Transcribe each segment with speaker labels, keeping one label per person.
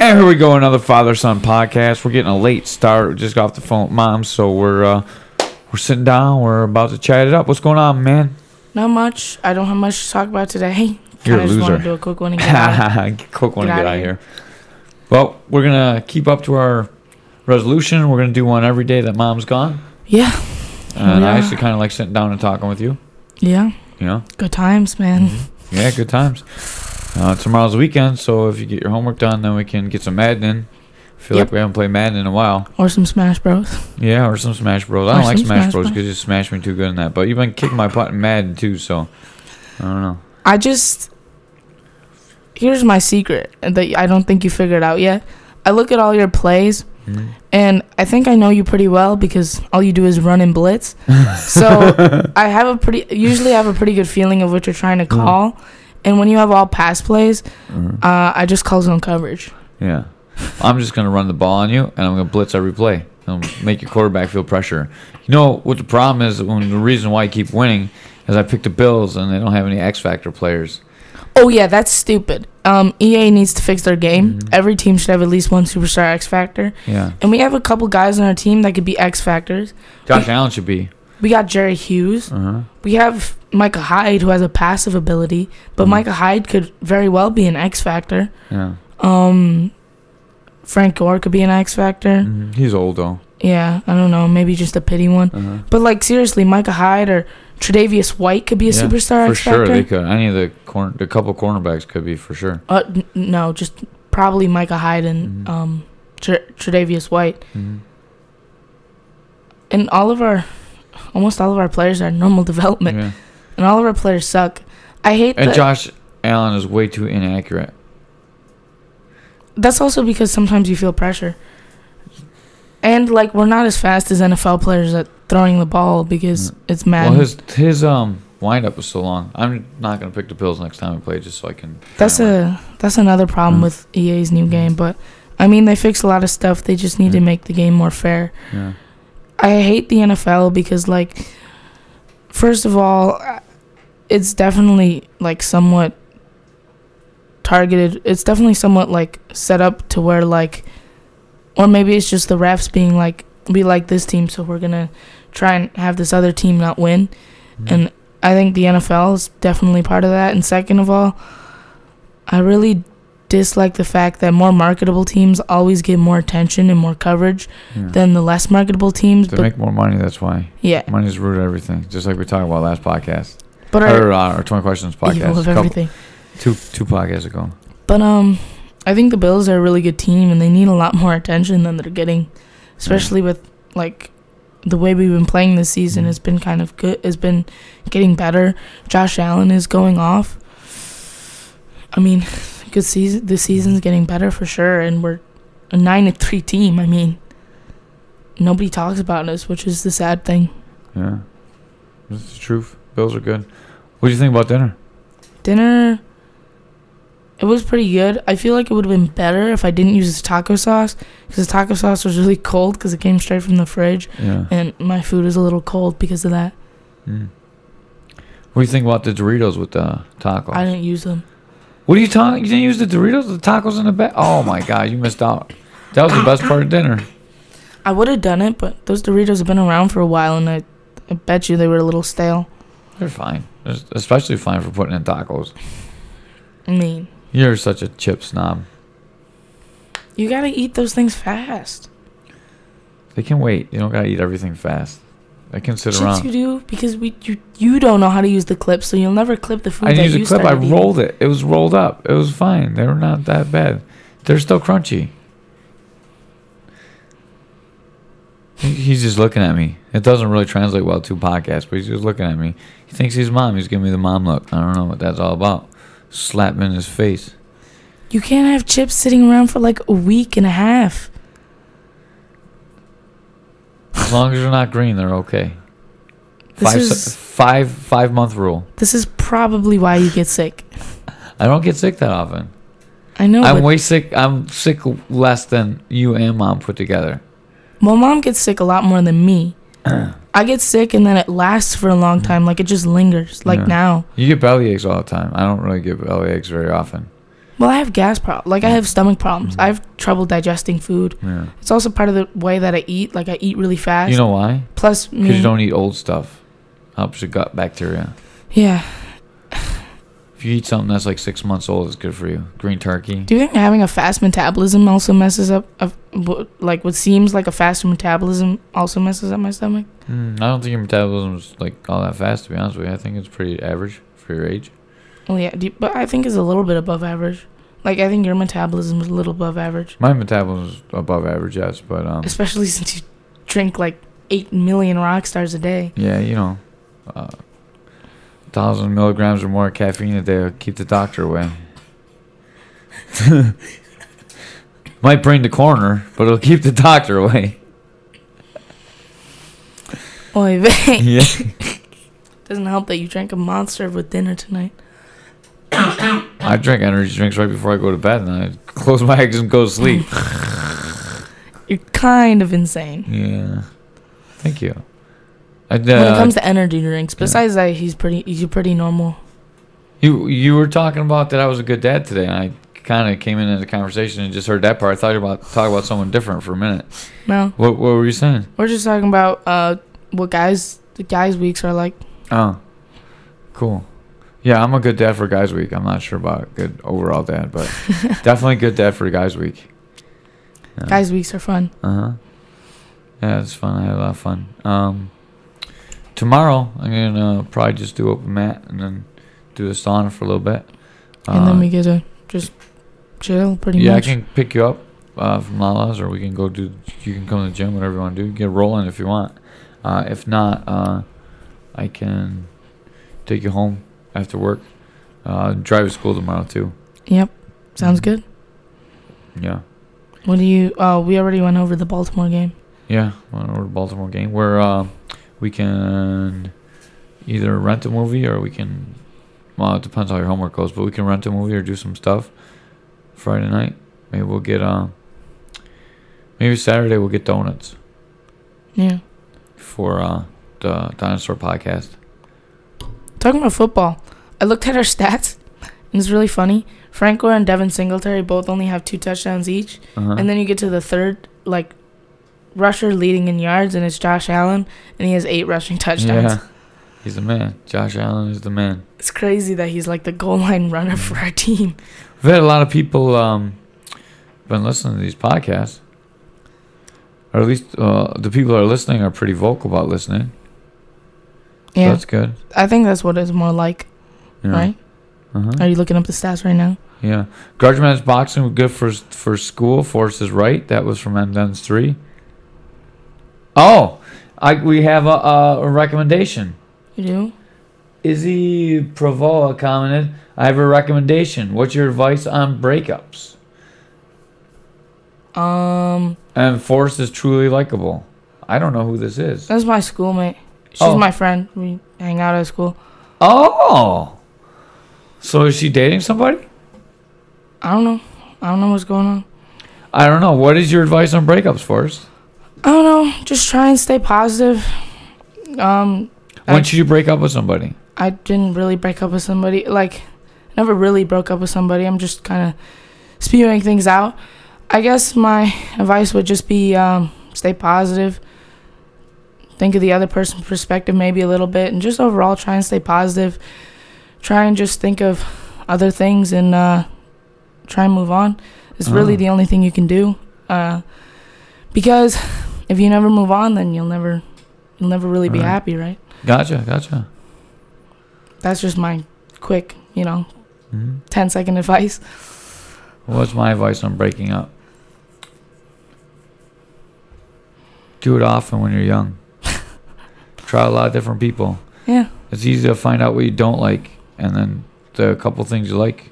Speaker 1: And here we go, another father son podcast. We're getting a late start. We just got off the phone with mom, so we're uh, we're sitting down. We're about to chat it up. What's going on, man?
Speaker 2: Not much. I don't have much to talk about today.
Speaker 1: You're
Speaker 2: Kind
Speaker 1: a
Speaker 2: of just want
Speaker 1: loser.
Speaker 2: to do a quick one and get out.
Speaker 1: Quick one to
Speaker 2: Get
Speaker 1: get
Speaker 2: outta
Speaker 1: out of
Speaker 2: here.
Speaker 1: here. Well, we're gonna keep up to our resolution. We're gonna do one every day that mom's gone.
Speaker 2: Yeah,
Speaker 1: And I
Speaker 2: Yeah.
Speaker 1: actually kind of like sitting down and talking with you.
Speaker 2: yeah.
Speaker 1: You know,
Speaker 2: Good times, man.
Speaker 1: yeah, good times. Uh, tomorrow's the weekend, so if you get your homework done, then we can get some Madden. in. Feel
Speaker 2: Yep.
Speaker 1: like we haven't played Madden in a while.
Speaker 2: Or some Smash Bros.
Speaker 1: Yeah, or some Smash Bros. I don't
Speaker 2: Or
Speaker 1: like
Speaker 2: some
Speaker 1: Smash,
Speaker 2: Smash
Speaker 1: Bros.
Speaker 2: Bros.
Speaker 1: because you smash me too good in that. But you've been kicking my butt in Madden too, so I don't know.
Speaker 2: I just here's my secret that I don't think you figured out yet. I look at all your plays,
Speaker 1: Mhm.
Speaker 2: and I think I know you pretty well because all you do is run and blitz. so I have a pretty usually I have a pretty good feeling of what you're trying to call. And when you have all pass plays,
Speaker 1: Mhm.
Speaker 2: uh, I just call zone coverage.
Speaker 1: Yeah. I'm just going to run the ball on you, and I'm going to blitz every play. And make your quarterback feel pressure. You know what the problem is? When the reason why I keep winning is I pick the Bills, and they don't have any X Factor players.
Speaker 2: Oh yeah, that's stupid. Um, EA needs to fix their game.
Speaker 1: Mm-hmm.
Speaker 2: Every team should have at least one superstar X Factor,
Speaker 1: Yeah.
Speaker 2: and we have a couple guys on our team that could be X Factors.
Speaker 1: Josh Allen should be.
Speaker 2: We got Jerry Hughes.
Speaker 1: Uh-huh.
Speaker 2: We have Micah Hyde, who has a passive ability,
Speaker 1: Mm-hmm.
Speaker 2: but Micah Hyde could very well be an X Factor.
Speaker 1: Yeah.
Speaker 2: Um, Frank Gore could be an X Factor.
Speaker 1: hmm He's old, though.
Speaker 2: Yeah, I don't know, maybe just a pity one.
Speaker 1: Uh-huh.
Speaker 2: But like seriously, Micah Hyde or Tre'Davious White could be a
Speaker 1: Yeah,
Speaker 2: superstar
Speaker 1: For
Speaker 2: X
Speaker 1: sure,
Speaker 2: Factor.
Speaker 1: they could. Any of the corner, the couple cornerbacks could be for sure.
Speaker 2: Uh, n- no, just probably Micah Hyde and
Speaker 1: Mhm.
Speaker 2: um, Tre- Tre'Davious White.
Speaker 1: Mhm.
Speaker 2: And all of our, almost all of our players are normal development,
Speaker 1: Yeah.
Speaker 2: and all of our players suck. I hate
Speaker 1: And
Speaker 2: that.
Speaker 1: Josh Allen is way too inaccurate.
Speaker 2: That's also because sometimes you feel pressure. And like we're not as fast as NFL players at throwing the ball because it's mad.
Speaker 1: Well, his his um windup was so long. I'm not gonna pick the Bills next time we play, just so I can.
Speaker 2: that's a that's another problem with EA's new game, but I mean they fix a lot of stuff. They just need to
Speaker 1: Mm.
Speaker 2: make the game more fair.
Speaker 1: Yeah.
Speaker 2: I hate the NFL because like first of all, I- it's definitely like somewhat targeted. It's definitely somewhat like set up to where like or maybe it's just the refs being like we like this team so we're going to try and have this other team not win. And I think the NFL is definitely part of that. And second of all, I really dislike the fact that more marketable teams always get more attention and more coverage
Speaker 1: Yeah.
Speaker 2: than the less marketable teams.
Speaker 1: They
Speaker 2: but
Speaker 1: make more money. That's why
Speaker 2: yeah,
Speaker 1: money's rooted everything. Just like we talked about last podcast
Speaker 2: but
Speaker 1: or
Speaker 2: are
Speaker 1: uh, our twenty questions
Speaker 2: evil
Speaker 1: podcast,
Speaker 2: of
Speaker 1: a couple,
Speaker 2: everything.
Speaker 1: two two podcasts ago.
Speaker 2: But um, I think the Bills are a really good team, and they need a lot more attention than they're getting, especially with like the way we've been playing this season.
Speaker 1: Mhm.
Speaker 2: has been kind of good. Has been getting better. Josh Allen is going off. I mean, good season. The season's getting better for sure, and we're a nine to three team. I mean, nobody talks about us, which is the sad thing.
Speaker 1: Yeah, that's the truth. Bills are good. What do you think about dinner?
Speaker 2: Dinner. It was pretty good. I feel like it would have been better if I didn't use the taco sauce because the taco sauce was really cold because it came straight from the fridge,
Speaker 1: Yeah.
Speaker 2: and my food is a little cold because of that.
Speaker 1: Mm. What do you think about the Doritos with the tacos?
Speaker 2: I didn't use them.
Speaker 1: what are you talking? You didn't use the Doritos, the tacos in the back. Oh my God, you missed out. That was the best part of dinner.
Speaker 2: I would have done it, but those Doritos have been around for a while, and I, I bet you they were a little stale.
Speaker 1: They're fine. They're especially fine for putting in tacos.
Speaker 2: I mean,
Speaker 1: You're such a chip snob.
Speaker 2: you gotta eat those things fast.
Speaker 1: They can wait. You don't gotta eat everything fast. They can sit
Speaker 2: Chips
Speaker 1: around.
Speaker 2: you do because we you, you don't know how to use the clip, so you'll never clip the food
Speaker 1: I
Speaker 2: that
Speaker 1: used
Speaker 2: you
Speaker 1: a clip. I
Speaker 2: started eating.
Speaker 1: rolled it. It was rolled up. It was fine. They were not that bad. They're still crunchy. He- He's just looking at me. It doesn't really translate well to podcasts, but he's just looking at me. He thinks he's mom. He's giving me the mom look. I don't know what that's all about. Slap him in his face.
Speaker 2: You can't have chips sitting around for like a week and a half.
Speaker 1: As long as they're not green, they're okay.
Speaker 2: This
Speaker 1: Five,
Speaker 2: is-
Speaker 1: se- five, five month rule.
Speaker 2: This is probably why you get sick.
Speaker 1: I don't get sick that often.
Speaker 2: I know.
Speaker 1: I'm
Speaker 2: but-
Speaker 1: way sick. I'm sick less than you and mom put together.
Speaker 2: well, mom gets sick a lot more than me. I get sick and then it lasts for a long time. Like it just lingers. Like
Speaker 1: Yeah.
Speaker 2: now.
Speaker 1: You get belly aches all the time. I don't really get belly aches very often.
Speaker 2: Well, I have gas problems. Like I have stomach
Speaker 1: Mm-hmm.
Speaker 2: problems. I have trouble digesting food.
Speaker 1: Yeah.
Speaker 2: It's also part of the way that I eat. Like I eat really fast.
Speaker 1: You know why?
Speaker 2: Plus, me,
Speaker 1: Because you don't eat old stuff. Helps your gut bacteria.
Speaker 2: yeah.
Speaker 1: If you eat something that's like six months old, it's good for you. Green turkey.
Speaker 2: Do you think having a fast metabolism also messes up? Of, wh- like what seems like a faster metabolism also messes up my stomach.
Speaker 1: Mm, I don't think your metabolism's like all that fast. To be honest with you, I think it's pretty average for your age.
Speaker 2: Well, yeah, do you- but I think it's a little bit above average. Like I think your metabolism is a little above average,
Speaker 1: My metabolism's above average, yes, but um,
Speaker 2: especially since you drink like eight million rock stars a day.
Speaker 1: yeah, you know, uh, thousand milligrams or more of caffeine a day will keep the doctor away. Might bring the coroner, but it'll keep the doctor away.
Speaker 2: Oy vey.
Speaker 1: yeah.
Speaker 2: Doesn't help that you drank a monster with dinner tonight.
Speaker 1: I drink energy drinks right before I go to bed, and I close my eyes and go to sleep.
Speaker 2: You're kind of insane.
Speaker 1: yeah. Thank you. I, uh,
Speaker 2: when it comes to energy drinks, besides that, he's pretty. He's a pretty normal.
Speaker 1: you you were talking about that I was a good dad today, and I kind of came into the conversation and just heard that part. I thought you were about talk about someone different for a minute.
Speaker 2: No,
Speaker 1: What what were you saying?
Speaker 2: we're just talking about uh, what guys the guys weeks are like.
Speaker 1: Oh, cool. Yeah, I'm a good dad for Guys Week. I'm not sure about good overall dad, but definitely good dad for Guys Week. Yeah.
Speaker 2: Guys weeks are fun.
Speaker 1: Uh huh. Yeah, it's fun. I had a lot of fun. Um, tomorrow I'm gonna probably just do open mat and then do the sauna for a little bit.
Speaker 2: and
Speaker 1: Uh,
Speaker 2: then we get to just chill pretty
Speaker 1: yeah,
Speaker 2: much.
Speaker 1: I can pick you up uh, from Lala's, or we can go do. You can come to the gym, whatever you want to do. Get rolling if you want. Uh, if not, uh, I can take you home after work. Uh, drive to school tomorrow too.
Speaker 2: Yep. Sounds
Speaker 1: Mm.
Speaker 2: good.
Speaker 1: Yeah,
Speaker 2: What do you oh we already went over the Baltimore game.
Speaker 1: yeah. Went over to Baltimore game where uh, we can either rent a movie or we can. Well, it depends how your homework goes, but we can rent a movie or do some stuff. Friday night, maybe we'll get uh, maybe Saturday we'll get donuts.
Speaker 2: Yeah.
Speaker 1: for uh, the dinosaur podcast.
Speaker 2: Talking about football. I looked at our stats and it's really funny. Franco and Devin Singletary both only have two touchdowns each.
Speaker 1: Uh-huh.
Speaker 2: And then you get to the third, like rusher leading in yards and it's Josh Allen and he has eight rushing touchdowns.
Speaker 1: Yeah, he's the man. Josh Allen is the man.
Speaker 2: It's crazy that he's like the goal line runner for our team.
Speaker 1: We've had a lot of people um, been listening to these podcasts, or at least uh, the people that are listening are pretty vocal about listening. so
Speaker 2: Yeah.
Speaker 1: that's good.
Speaker 2: I think that's what it's more like,
Speaker 1: Yeah.
Speaker 2: right?
Speaker 1: Uh-huh.
Speaker 2: Are you looking up the stats right now?
Speaker 1: Yeah. Grudge match boxing was good for for school. Force is right. That was from M Duns three. Oh, I, we have a, a a recommendation.
Speaker 2: You do?
Speaker 1: Izzy Provoa commented, I have a recommendation. What's your advice on breakups?
Speaker 2: Um,
Speaker 1: And Forrest is truly likable. I don't know who this is.
Speaker 2: that's my schoolmate. She's
Speaker 1: Oh.
Speaker 2: my friend. We hang out at school.
Speaker 1: Oh! So is she dating somebody?
Speaker 2: I don't know. I don't know what's going on.
Speaker 1: I don't know. What is your advice on breakups, Forrest?
Speaker 2: I don't know. Just try and stay positive. Um,
Speaker 1: When
Speaker 2: I-
Speaker 1: should you break up with somebody?
Speaker 2: I didn't really break up with somebody. Like, never really broke up with somebody. I'm just kind of spewing things out. I guess my advice would just be um, stay positive. Think of the other person's perspective maybe a little bit, and just overall try and stay positive. Try and just think of other things and uh, try and move on. It's really
Speaker 1: Ah.
Speaker 2: the only thing you can do. Uh, because if you never move on, then you'll never, you'll never really be
Speaker 1: Right.
Speaker 2: happy, right?
Speaker 1: Gotcha, gotcha.
Speaker 2: That's just my quick, you know,
Speaker 1: hmm
Speaker 2: 10 second advice.
Speaker 1: What's my advice on breaking up? Do it often when you're young. Try a lot of different people.
Speaker 2: Yeah.
Speaker 1: it's easy to find out what you don't like and then the couple things you like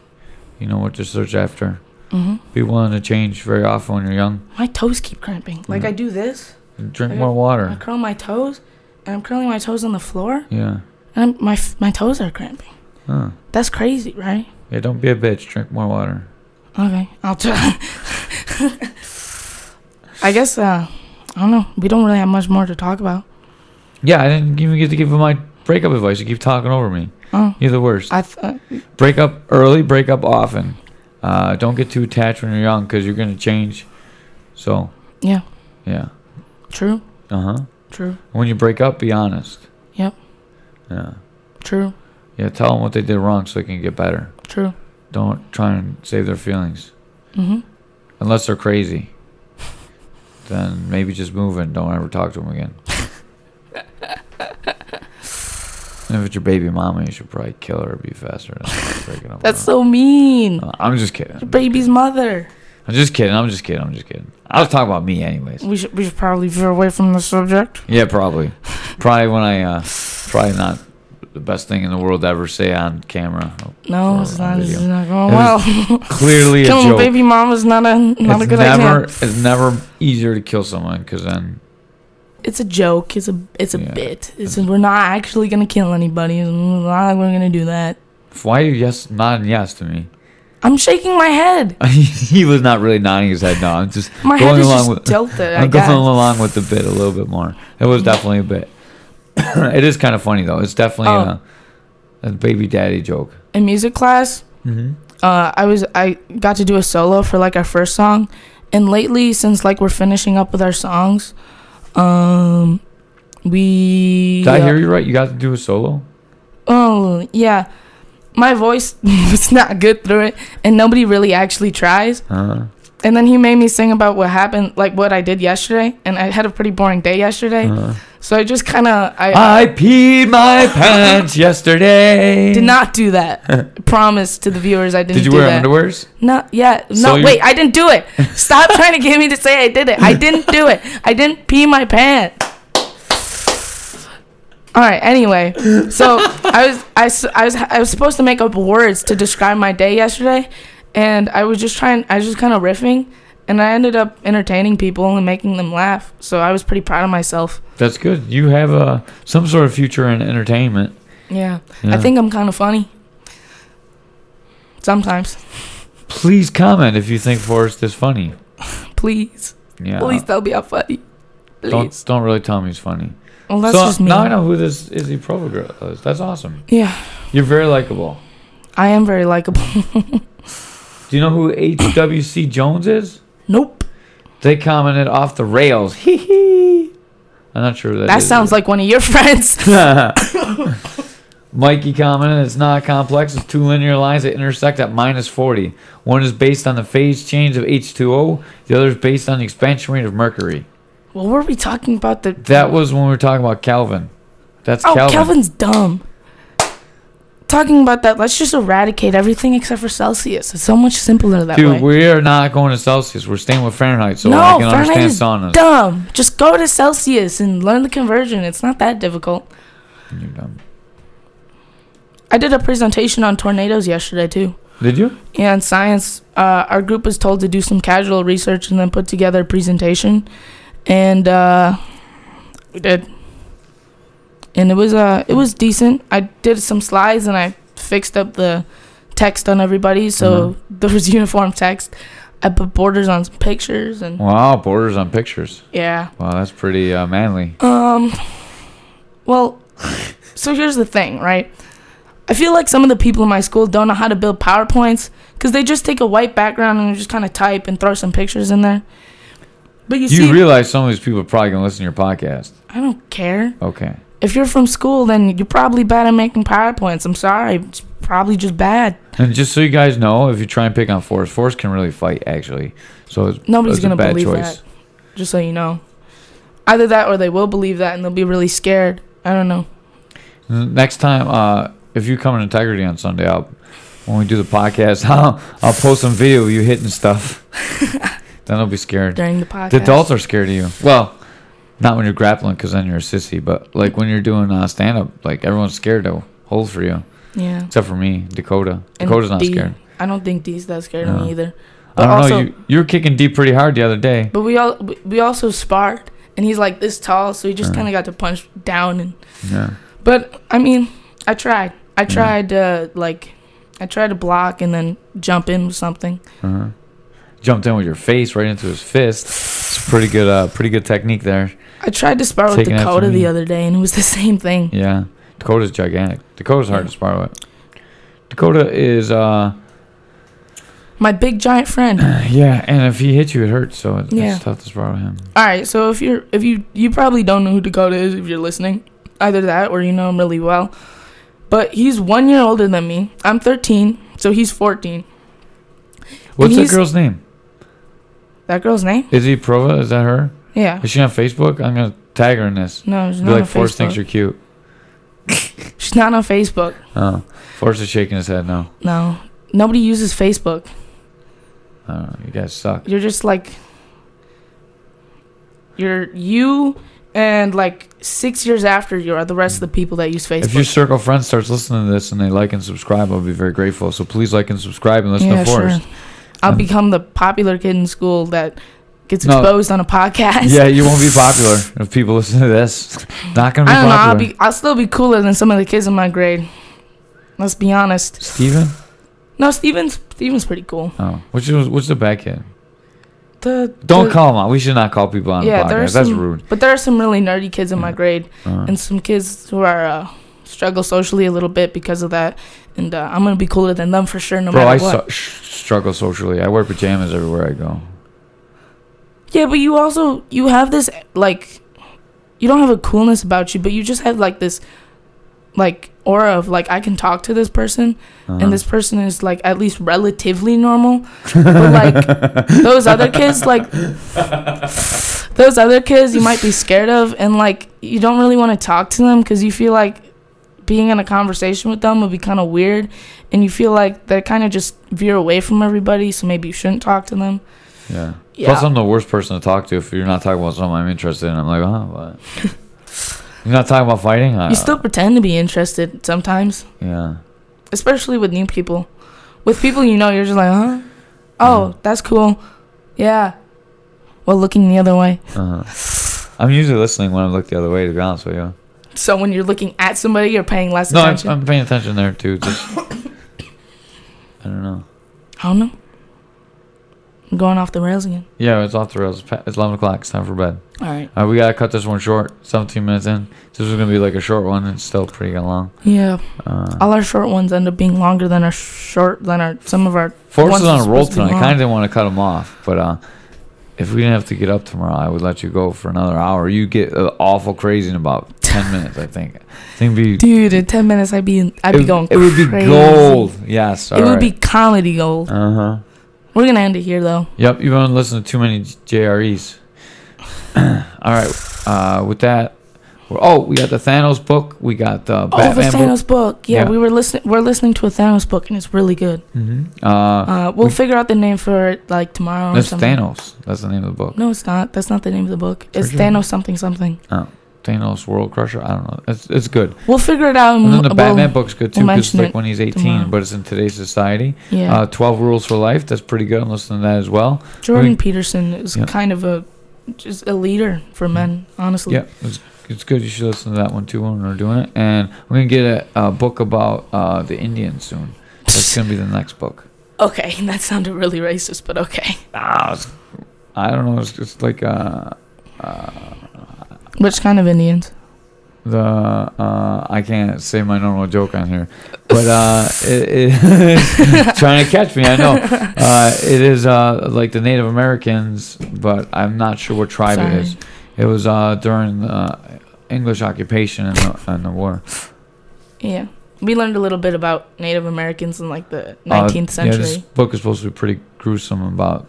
Speaker 1: you know what to search after
Speaker 2: hmm
Speaker 1: be willing to change very often when you're young
Speaker 2: My toes keep cramping. Like
Speaker 1: Yeah.
Speaker 2: I do this,
Speaker 1: drink
Speaker 2: Okay.
Speaker 1: more
Speaker 2: I
Speaker 1: water
Speaker 2: curl my toes, and I'm curling my toes on the floor,
Speaker 1: yeah
Speaker 2: and I'm, my f- my toes are cramping.
Speaker 1: huh.
Speaker 2: That's crazy, right?
Speaker 1: yeah don't be a bitch drink more water
Speaker 2: Okay, I'll try. I guess uh, I don't know. We don't really have much more to talk about.
Speaker 1: yeah i didn't even get to give you my breakup advice you keep talking over me
Speaker 2: Oh,
Speaker 1: you're the worst
Speaker 2: I th- uh,
Speaker 1: break up early break up often Uh, don't get too attached when you're young because you're gonna change. So
Speaker 2: Yeah.
Speaker 1: yeah,
Speaker 2: True.
Speaker 1: uh huh.
Speaker 2: True.
Speaker 1: When you break up, be honest.
Speaker 2: Yep.
Speaker 1: Yeah.
Speaker 2: True.
Speaker 1: Yeah. Tell them what they did wrong so they can get better.
Speaker 2: True.
Speaker 1: Don't try and save their feelings
Speaker 2: Mhm.
Speaker 1: unless they're crazy. then maybe just move and don't ever talk to them again. and if it's your baby mama, you should probably kill her. Or be faster. Than breaking up with
Speaker 2: That's
Speaker 1: her.
Speaker 2: so mean.
Speaker 1: No, I'm just kidding.
Speaker 2: Your baby's mother.
Speaker 1: I'm just kidding. I'm just kidding. I'm just kidding. I was talking about me, anyways.
Speaker 2: We should we should probably veer away from the subject.
Speaker 1: Yeah, probably. Probably when I, uh, probably not the best thing in the world to ever say on camera.
Speaker 2: No,
Speaker 1: Or
Speaker 2: it's
Speaker 1: on
Speaker 2: not, it's
Speaker 1: video.
Speaker 2: not going
Speaker 1: It
Speaker 2: well.
Speaker 1: Clearly a
Speaker 2: Killing
Speaker 1: joke.
Speaker 2: baby mom is not a not
Speaker 1: it's
Speaker 2: a good
Speaker 1: never,
Speaker 2: idea.
Speaker 1: it's never easier to kill someone because then
Speaker 2: It's a joke. It's a it's a
Speaker 1: Yeah.
Speaker 2: bit. It's we're not actually gonna kill anybody. It's not like we're gonna do that.
Speaker 1: why are you yes nodding yes to me?
Speaker 2: I'm shaking my head.
Speaker 1: he was not really nodding his head. No, I'm just
Speaker 2: My
Speaker 1: going
Speaker 2: head is
Speaker 1: along
Speaker 2: just
Speaker 1: with.
Speaker 2: tilted. I
Speaker 1: I'm going
Speaker 2: guess.
Speaker 1: along with the bit a little bit more. It was definitely a bit. it is kind of funny though. It's definitely
Speaker 2: Oh.
Speaker 1: a, a baby daddy joke.
Speaker 2: In music class,
Speaker 1: Mm-hmm.
Speaker 2: uh, I was I got to do a solo for like our first song, and lately since like we're finishing up with our songs, um, we
Speaker 1: Did I hear you right? You got to do a solo.
Speaker 2: Oh yeah, my voice was not good through it, and nobody really actually tries.
Speaker 1: Uh,
Speaker 2: And then he made me sing about what happened, like what I did yesterday, and I had a pretty boring day yesterday,
Speaker 1: uh.
Speaker 2: so I just kind of I,
Speaker 1: I peed my pants yesterday.
Speaker 2: did not do that. I promise to the viewers I didn't.
Speaker 1: Did you
Speaker 2: do
Speaker 1: wear
Speaker 2: that.
Speaker 1: underwears?
Speaker 2: No, yeah,
Speaker 1: So
Speaker 2: no.
Speaker 1: you-
Speaker 2: wait, I didn't do it. Stop trying to get me to say I did it. I didn't do it. I didn't pee my pants. All right. Anyway, so I was I, s- I was I was supposed to make up words to describe my day yesterday, and I was just trying. I was just kind of riffing, and I ended up entertaining people and making them laugh. So I was pretty proud of myself.
Speaker 1: That's good. You have uh, some sort of future in entertainment.
Speaker 2: Yeah,
Speaker 1: Yeah.
Speaker 2: I think I'm kind of funny. Sometimes,
Speaker 1: Please comment if you think Forrest is funny.
Speaker 2: please,
Speaker 1: Yeah.
Speaker 2: please tell me I'm funny. Please.
Speaker 1: Don't don't really tell me he's funny.
Speaker 2: Well, that's
Speaker 1: so
Speaker 2: just me.
Speaker 1: now I know who this Izzy Provo girl is. That's awesome.
Speaker 2: Yeah,
Speaker 1: You're very likable.
Speaker 2: I am very likable.
Speaker 1: Do you know who HWC Jones is?
Speaker 2: Nope.
Speaker 1: They commented off the rails. Hee hee. I'm not sure who that.
Speaker 2: That
Speaker 1: is.
Speaker 2: sounds like one of your friends.
Speaker 1: Mikey commented, it's not complex. It's two linear lines that intersect at minus 40. One is based on the phase change of H2O. The other is based on the expansion rate of mercury.
Speaker 2: What were we talking about? The
Speaker 1: That was when we were talking about Calvin. That's
Speaker 2: oh,
Speaker 1: Calvin.
Speaker 2: Kelvin's dumb. Talking about that, let's just eradicate everything except for Celsius. It's so much simpler that
Speaker 1: Dude,
Speaker 2: way.
Speaker 1: we are not going to Celsius. We're staying with Fahrenheit, so
Speaker 2: no,
Speaker 1: I can
Speaker 2: Fahrenheit is
Speaker 1: understand saunas.
Speaker 2: dumb. Just go to Celsius and learn the conversion. It's not that difficult.
Speaker 1: You're dumb.
Speaker 2: I did a presentation on tornadoes yesterday too.
Speaker 1: Did you?
Speaker 2: Yeah, in science, uh, our group was told to do some casual research and then put together a presentation, and uh, we did. And it was uh, it was decent. I did some slides and I fixed up the text on everybody, so there was uniform text. I put borders on some pictures and
Speaker 1: Wow, borders on pictures.
Speaker 2: yeah.
Speaker 1: Wow, that's pretty uh, manly.
Speaker 2: Um, well, so here's the thing, right? I feel like some of the people in my school don't know how to build PowerPoints because they just take a white background and just kind of type and throw some pictures in there. But you, see,
Speaker 1: You realize some of these people are probably going to listen to your podcast.
Speaker 2: I don't care.
Speaker 1: Okay.
Speaker 2: If you're from school, then you're probably bad at making PowerPoints. I'm sorry. It's probably just bad.
Speaker 1: And just so you guys know, if you try and pick on Forrest, Forrest can really fight, actually. So it's,
Speaker 2: Nobody's
Speaker 1: it's a
Speaker 2: going to
Speaker 1: bad
Speaker 2: believe
Speaker 1: choice.
Speaker 2: that, just so you know. Either that or they will believe that and they'll be really scared. I don't know.
Speaker 1: N- Next time, uh, if you come to Integrity on Sunday, I'll, when we do the podcast, I'll, I'll post some video of you hitting stuff. then they'll be scared.
Speaker 2: During the podcast.
Speaker 1: The adults are scared of you. Well, not when you're grappling, because then you're a sissy. But like when you're doing uh, stand up, like everyone's scared to hold for you,
Speaker 2: Yeah.
Speaker 1: except for me, Dakota.
Speaker 2: And
Speaker 1: Dakota's not
Speaker 2: D.
Speaker 1: scared.
Speaker 2: I don't think D's that scared of
Speaker 1: No.
Speaker 2: me either.
Speaker 1: I
Speaker 2: But
Speaker 1: don't
Speaker 2: also,
Speaker 1: know. You, you were kicking deep pretty hard the other day.
Speaker 2: but we all we- we also sparred, and he's like this tall, so he just kind of got to punch down. And
Speaker 1: Yeah.
Speaker 2: but I mean, I tried. I tried to like, I tried to block and then jump in with something.
Speaker 1: Uh-huh. Jumped in with your face right into his fist. It's a pretty good, uh, pretty good technique there.
Speaker 2: I tried to spar with
Speaker 1: Taking after
Speaker 2: Dakota
Speaker 1: me.
Speaker 2: the other day, and it was the same thing.
Speaker 1: Yeah, Dakota's gigantic. Dakota's hard to spar with. Dakota is uh,
Speaker 2: my big giant friend.
Speaker 1: Yeah, and if he hits you, it hurts. So it,
Speaker 2: Yeah.
Speaker 1: it's tough to spar with him.
Speaker 2: All right, so if you're if you you probably don't know who Dakota is if you're listening, either that or you know him really well. But he's one year older than me. I'm 13, so he's 14.
Speaker 1: What's that
Speaker 2: he's-
Speaker 1: girl's name?
Speaker 2: That girl's name?
Speaker 1: Izzy Prova? Is that her?
Speaker 2: Yeah.
Speaker 1: Is she on Facebook? I'm gonna tag her in this.
Speaker 2: No, she's
Speaker 1: Be
Speaker 2: not
Speaker 1: like,
Speaker 2: on
Speaker 1: Force thinks
Speaker 2: Facebook.
Speaker 1: you're cute.
Speaker 2: She's not on Facebook.
Speaker 1: Oh, Force is shaking his head. No,
Speaker 2: No, nobody uses Facebook.
Speaker 1: I don't know. You guys suck.
Speaker 2: You're just like you're you and like six years after you are the rest of the people that use
Speaker 1: If your
Speaker 2: Facebook.
Speaker 1: circle of friends starts listening to this and they like and subscribe, I'll be very grateful. So please like and subscribe and listen to Force.
Speaker 2: I'll
Speaker 1: Um,
Speaker 2: become the popular kid in school that gets
Speaker 1: No.
Speaker 2: exposed on a podcast.
Speaker 1: Yeah, you won't be popular if people listen to this. Not gonna be
Speaker 2: I don't know. I'll
Speaker 1: popular.
Speaker 2: be. I'll still be cooler than some of the kids in my grade. Let's be honest.
Speaker 1: Steven?
Speaker 2: No, Steven's Steven's pretty cool.
Speaker 1: Oh, which was what's the back end?
Speaker 2: The,
Speaker 1: Don't
Speaker 2: the-
Speaker 1: call him out. We should not call people on
Speaker 2: Yeah,
Speaker 1: the
Speaker 2: there are
Speaker 1: podcast. That's
Speaker 2: some-
Speaker 1: rude.
Speaker 2: But there are some really nerdy kids in my
Speaker 1: Yeah.
Speaker 2: grade,
Speaker 1: Uh,
Speaker 2: and some kids who are uh, struggle socially a little bit because of that. And uh, I'm gonna be cooler than them for sure, no
Speaker 1: bro, I
Speaker 2: matter what.
Speaker 1: su- sh- struggle socially. I wear pajamas everywhere I go.
Speaker 2: Yeah, but you also you have this like, you don't have a coolness about you, but you just have like this, like aura of like I can talk to this person,
Speaker 1: Uh-huh.
Speaker 2: and this person is like at least relatively normal. but like those other kids, like those other kids, you might be scared of, and like you don't really want to talk to them because you feel like being in a conversation with them would be kind of weird, and you feel like they kind of just veer away from everybody, so maybe you shouldn't talk to them.
Speaker 1: yeah.
Speaker 2: Yeah.
Speaker 1: Plus, I'm the worst person to talk to if you're not talking about something I'm interested in. I'm like, huh, what? you're not talking about fighting? Uh,
Speaker 2: you still pretend to be interested sometimes,
Speaker 1: Yeah.
Speaker 2: especially with new people. With people you know, you're just like, huh? Oh,
Speaker 1: Mm-hmm.
Speaker 2: that's cool. Yeah. While looking the other way.
Speaker 1: Uh-huh. I'm usually listening when I look the other way, to be honest with you.
Speaker 2: So when you're looking at somebody, you're paying less
Speaker 1: No, I'm,
Speaker 2: attention.
Speaker 1: I'm paying attention there, too. Just, I don't know.
Speaker 2: I don't know. I'm going off the rails again.
Speaker 1: Yeah, it's off the rails. It's pa- It's 11 o'clock. It's time for bed.
Speaker 2: All right.
Speaker 1: All right, we gotta cut this one short. 17 minutes in. This was gonna be like a short one. It's still pretty long.
Speaker 2: Yeah,
Speaker 1: Uh,
Speaker 2: all our short ones end up being longer than our short than our some of our.
Speaker 1: Forbes
Speaker 2: Oh, ones
Speaker 1: is on
Speaker 2: are
Speaker 1: a roll
Speaker 2: supposed to be
Speaker 1: tonight. I
Speaker 2: long.
Speaker 1: kind of didn't want to cut him off, but uh, if we didn't have to get up tomorrow, I would let you go for another hour. You get uh, awful crazy in about 10 minutes, I think. I think it'd be
Speaker 2: Dude, in ten minutes, I'd be in, I'd
Speaker 1: it,
Speaker 2: be going.
Speaker 1: It would be
Speaker 2: crazy.
Speaker 1: gold. Yes.
Speaker 2: It would be comedy gold.
Speaker 1: Uh huh.
Speaker 2: We're gonna end it here though.
Speaker 1: Yep. You don't listen to too many JREs. all right. Uh, with that, we're, oh, we got the Thanos book. We got the
Speaker 2: oh, the
Speaker 1: Batman book.
Speaker 2: Thanos book. Yeah,
Speaker 1: Yeah.
Speaker 2: we were listening. We're listening to a Thanos book, and it's really good.
Speaker 1: Mm-hmm. Uh,
Speaker 2: Uh, we'll
Speaker 1: we-
Speaker 2: figure out the name for it like tomorrow or
Speaker 1: That's
Speaker 2: Oh, something.
Speaker 1: Thanos. That's the name of the book.
Speaker 2: No, it's not. That's not the name of the book. It's
Speaker 1: sure.
Speaker 2: Thanos something something.
Speaker 1: Thanos World Crusher. I don't know. It's it's good.
Speaker 2: We'll figure it out.
Speaker 1: And then the
Speaker 2: Mm, we'll-
Speaker 1: Batman book's good too
Speaker 2: we'll
Speaker 1: because
Speaker 2: mention
Speaker 1: like
Speaker 2: it
Speaker 1: when he's 18,
Speaker 2: tomorrow.
Speaker 1: but it's in today's society.
Speaker 2: Yeah.
Speaker 1: Uh, 12 Rules for Life. That's pretty good. I'm listening to that as well.
Speaker 2: Jordan
Speaker 1: we-
Speaker 2: Peterson is
Speaker 1: Yeah. Mm.
Speaker 2: kind of a just a leader for men, honestly.
Speaker 1: Yeah, it's, it's good. You should listen to that one too when we're doing it. And we're gonna get a, a book about uh, the Indians soon. That's gonna be the next book.
Speaker 2: Okay, that sounded really racist, but okay.
Speaker 1: Ah, it's, I don't know. It's just like uh, uh,
Speaker 2: Which kind of Indians?
Speaker 1: the uh, I can't say my normal joke on here, but uh, it, it trying to catch me. I know uh, it is uh, like the Native Americans, but I'm not sure what tribe
Speaker 2: Sorry.
Speaker 1: it is. It was uh, during the English occupation and the, and the war.
Speaker 2: Yeah. We learned a little bit about Native Americans in like the 19th
Speaker 1: Uh, Yeah, this
Speaker 2: century.
Speaker 1: book is supposed to be pretty gruesome about.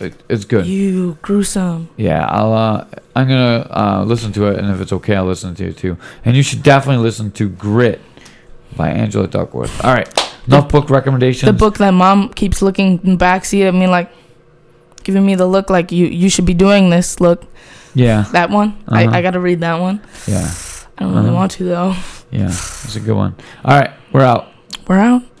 Speaker 1: It, it's good.
Speaker 2: you gruesome.
Speaker 1: Yeah, I'll. Uh, I'm gonna uh, listen to it, and if it's okay, I'll listen to it too. And you should definitely listen to Grit by Angela Duckworth. All right, enough book recommendations.
Speaker 2: The book that mom keeps looking in the backseat at me like giving me the look like you you should be doing this look.
Speaker 1: Yeah,
Speaker 2: That one.
Speaker 1: Uh-huh.
Speaker 2: I, I gotta read that one.
Speaker 1: yeah,
Speaker 2: I don't really
Speaker 1: Uh-huh.
Speaker 2: want to though.
Speaker 1: yeah. It's a good one. All right, we're out.
Speaker 2: We're out.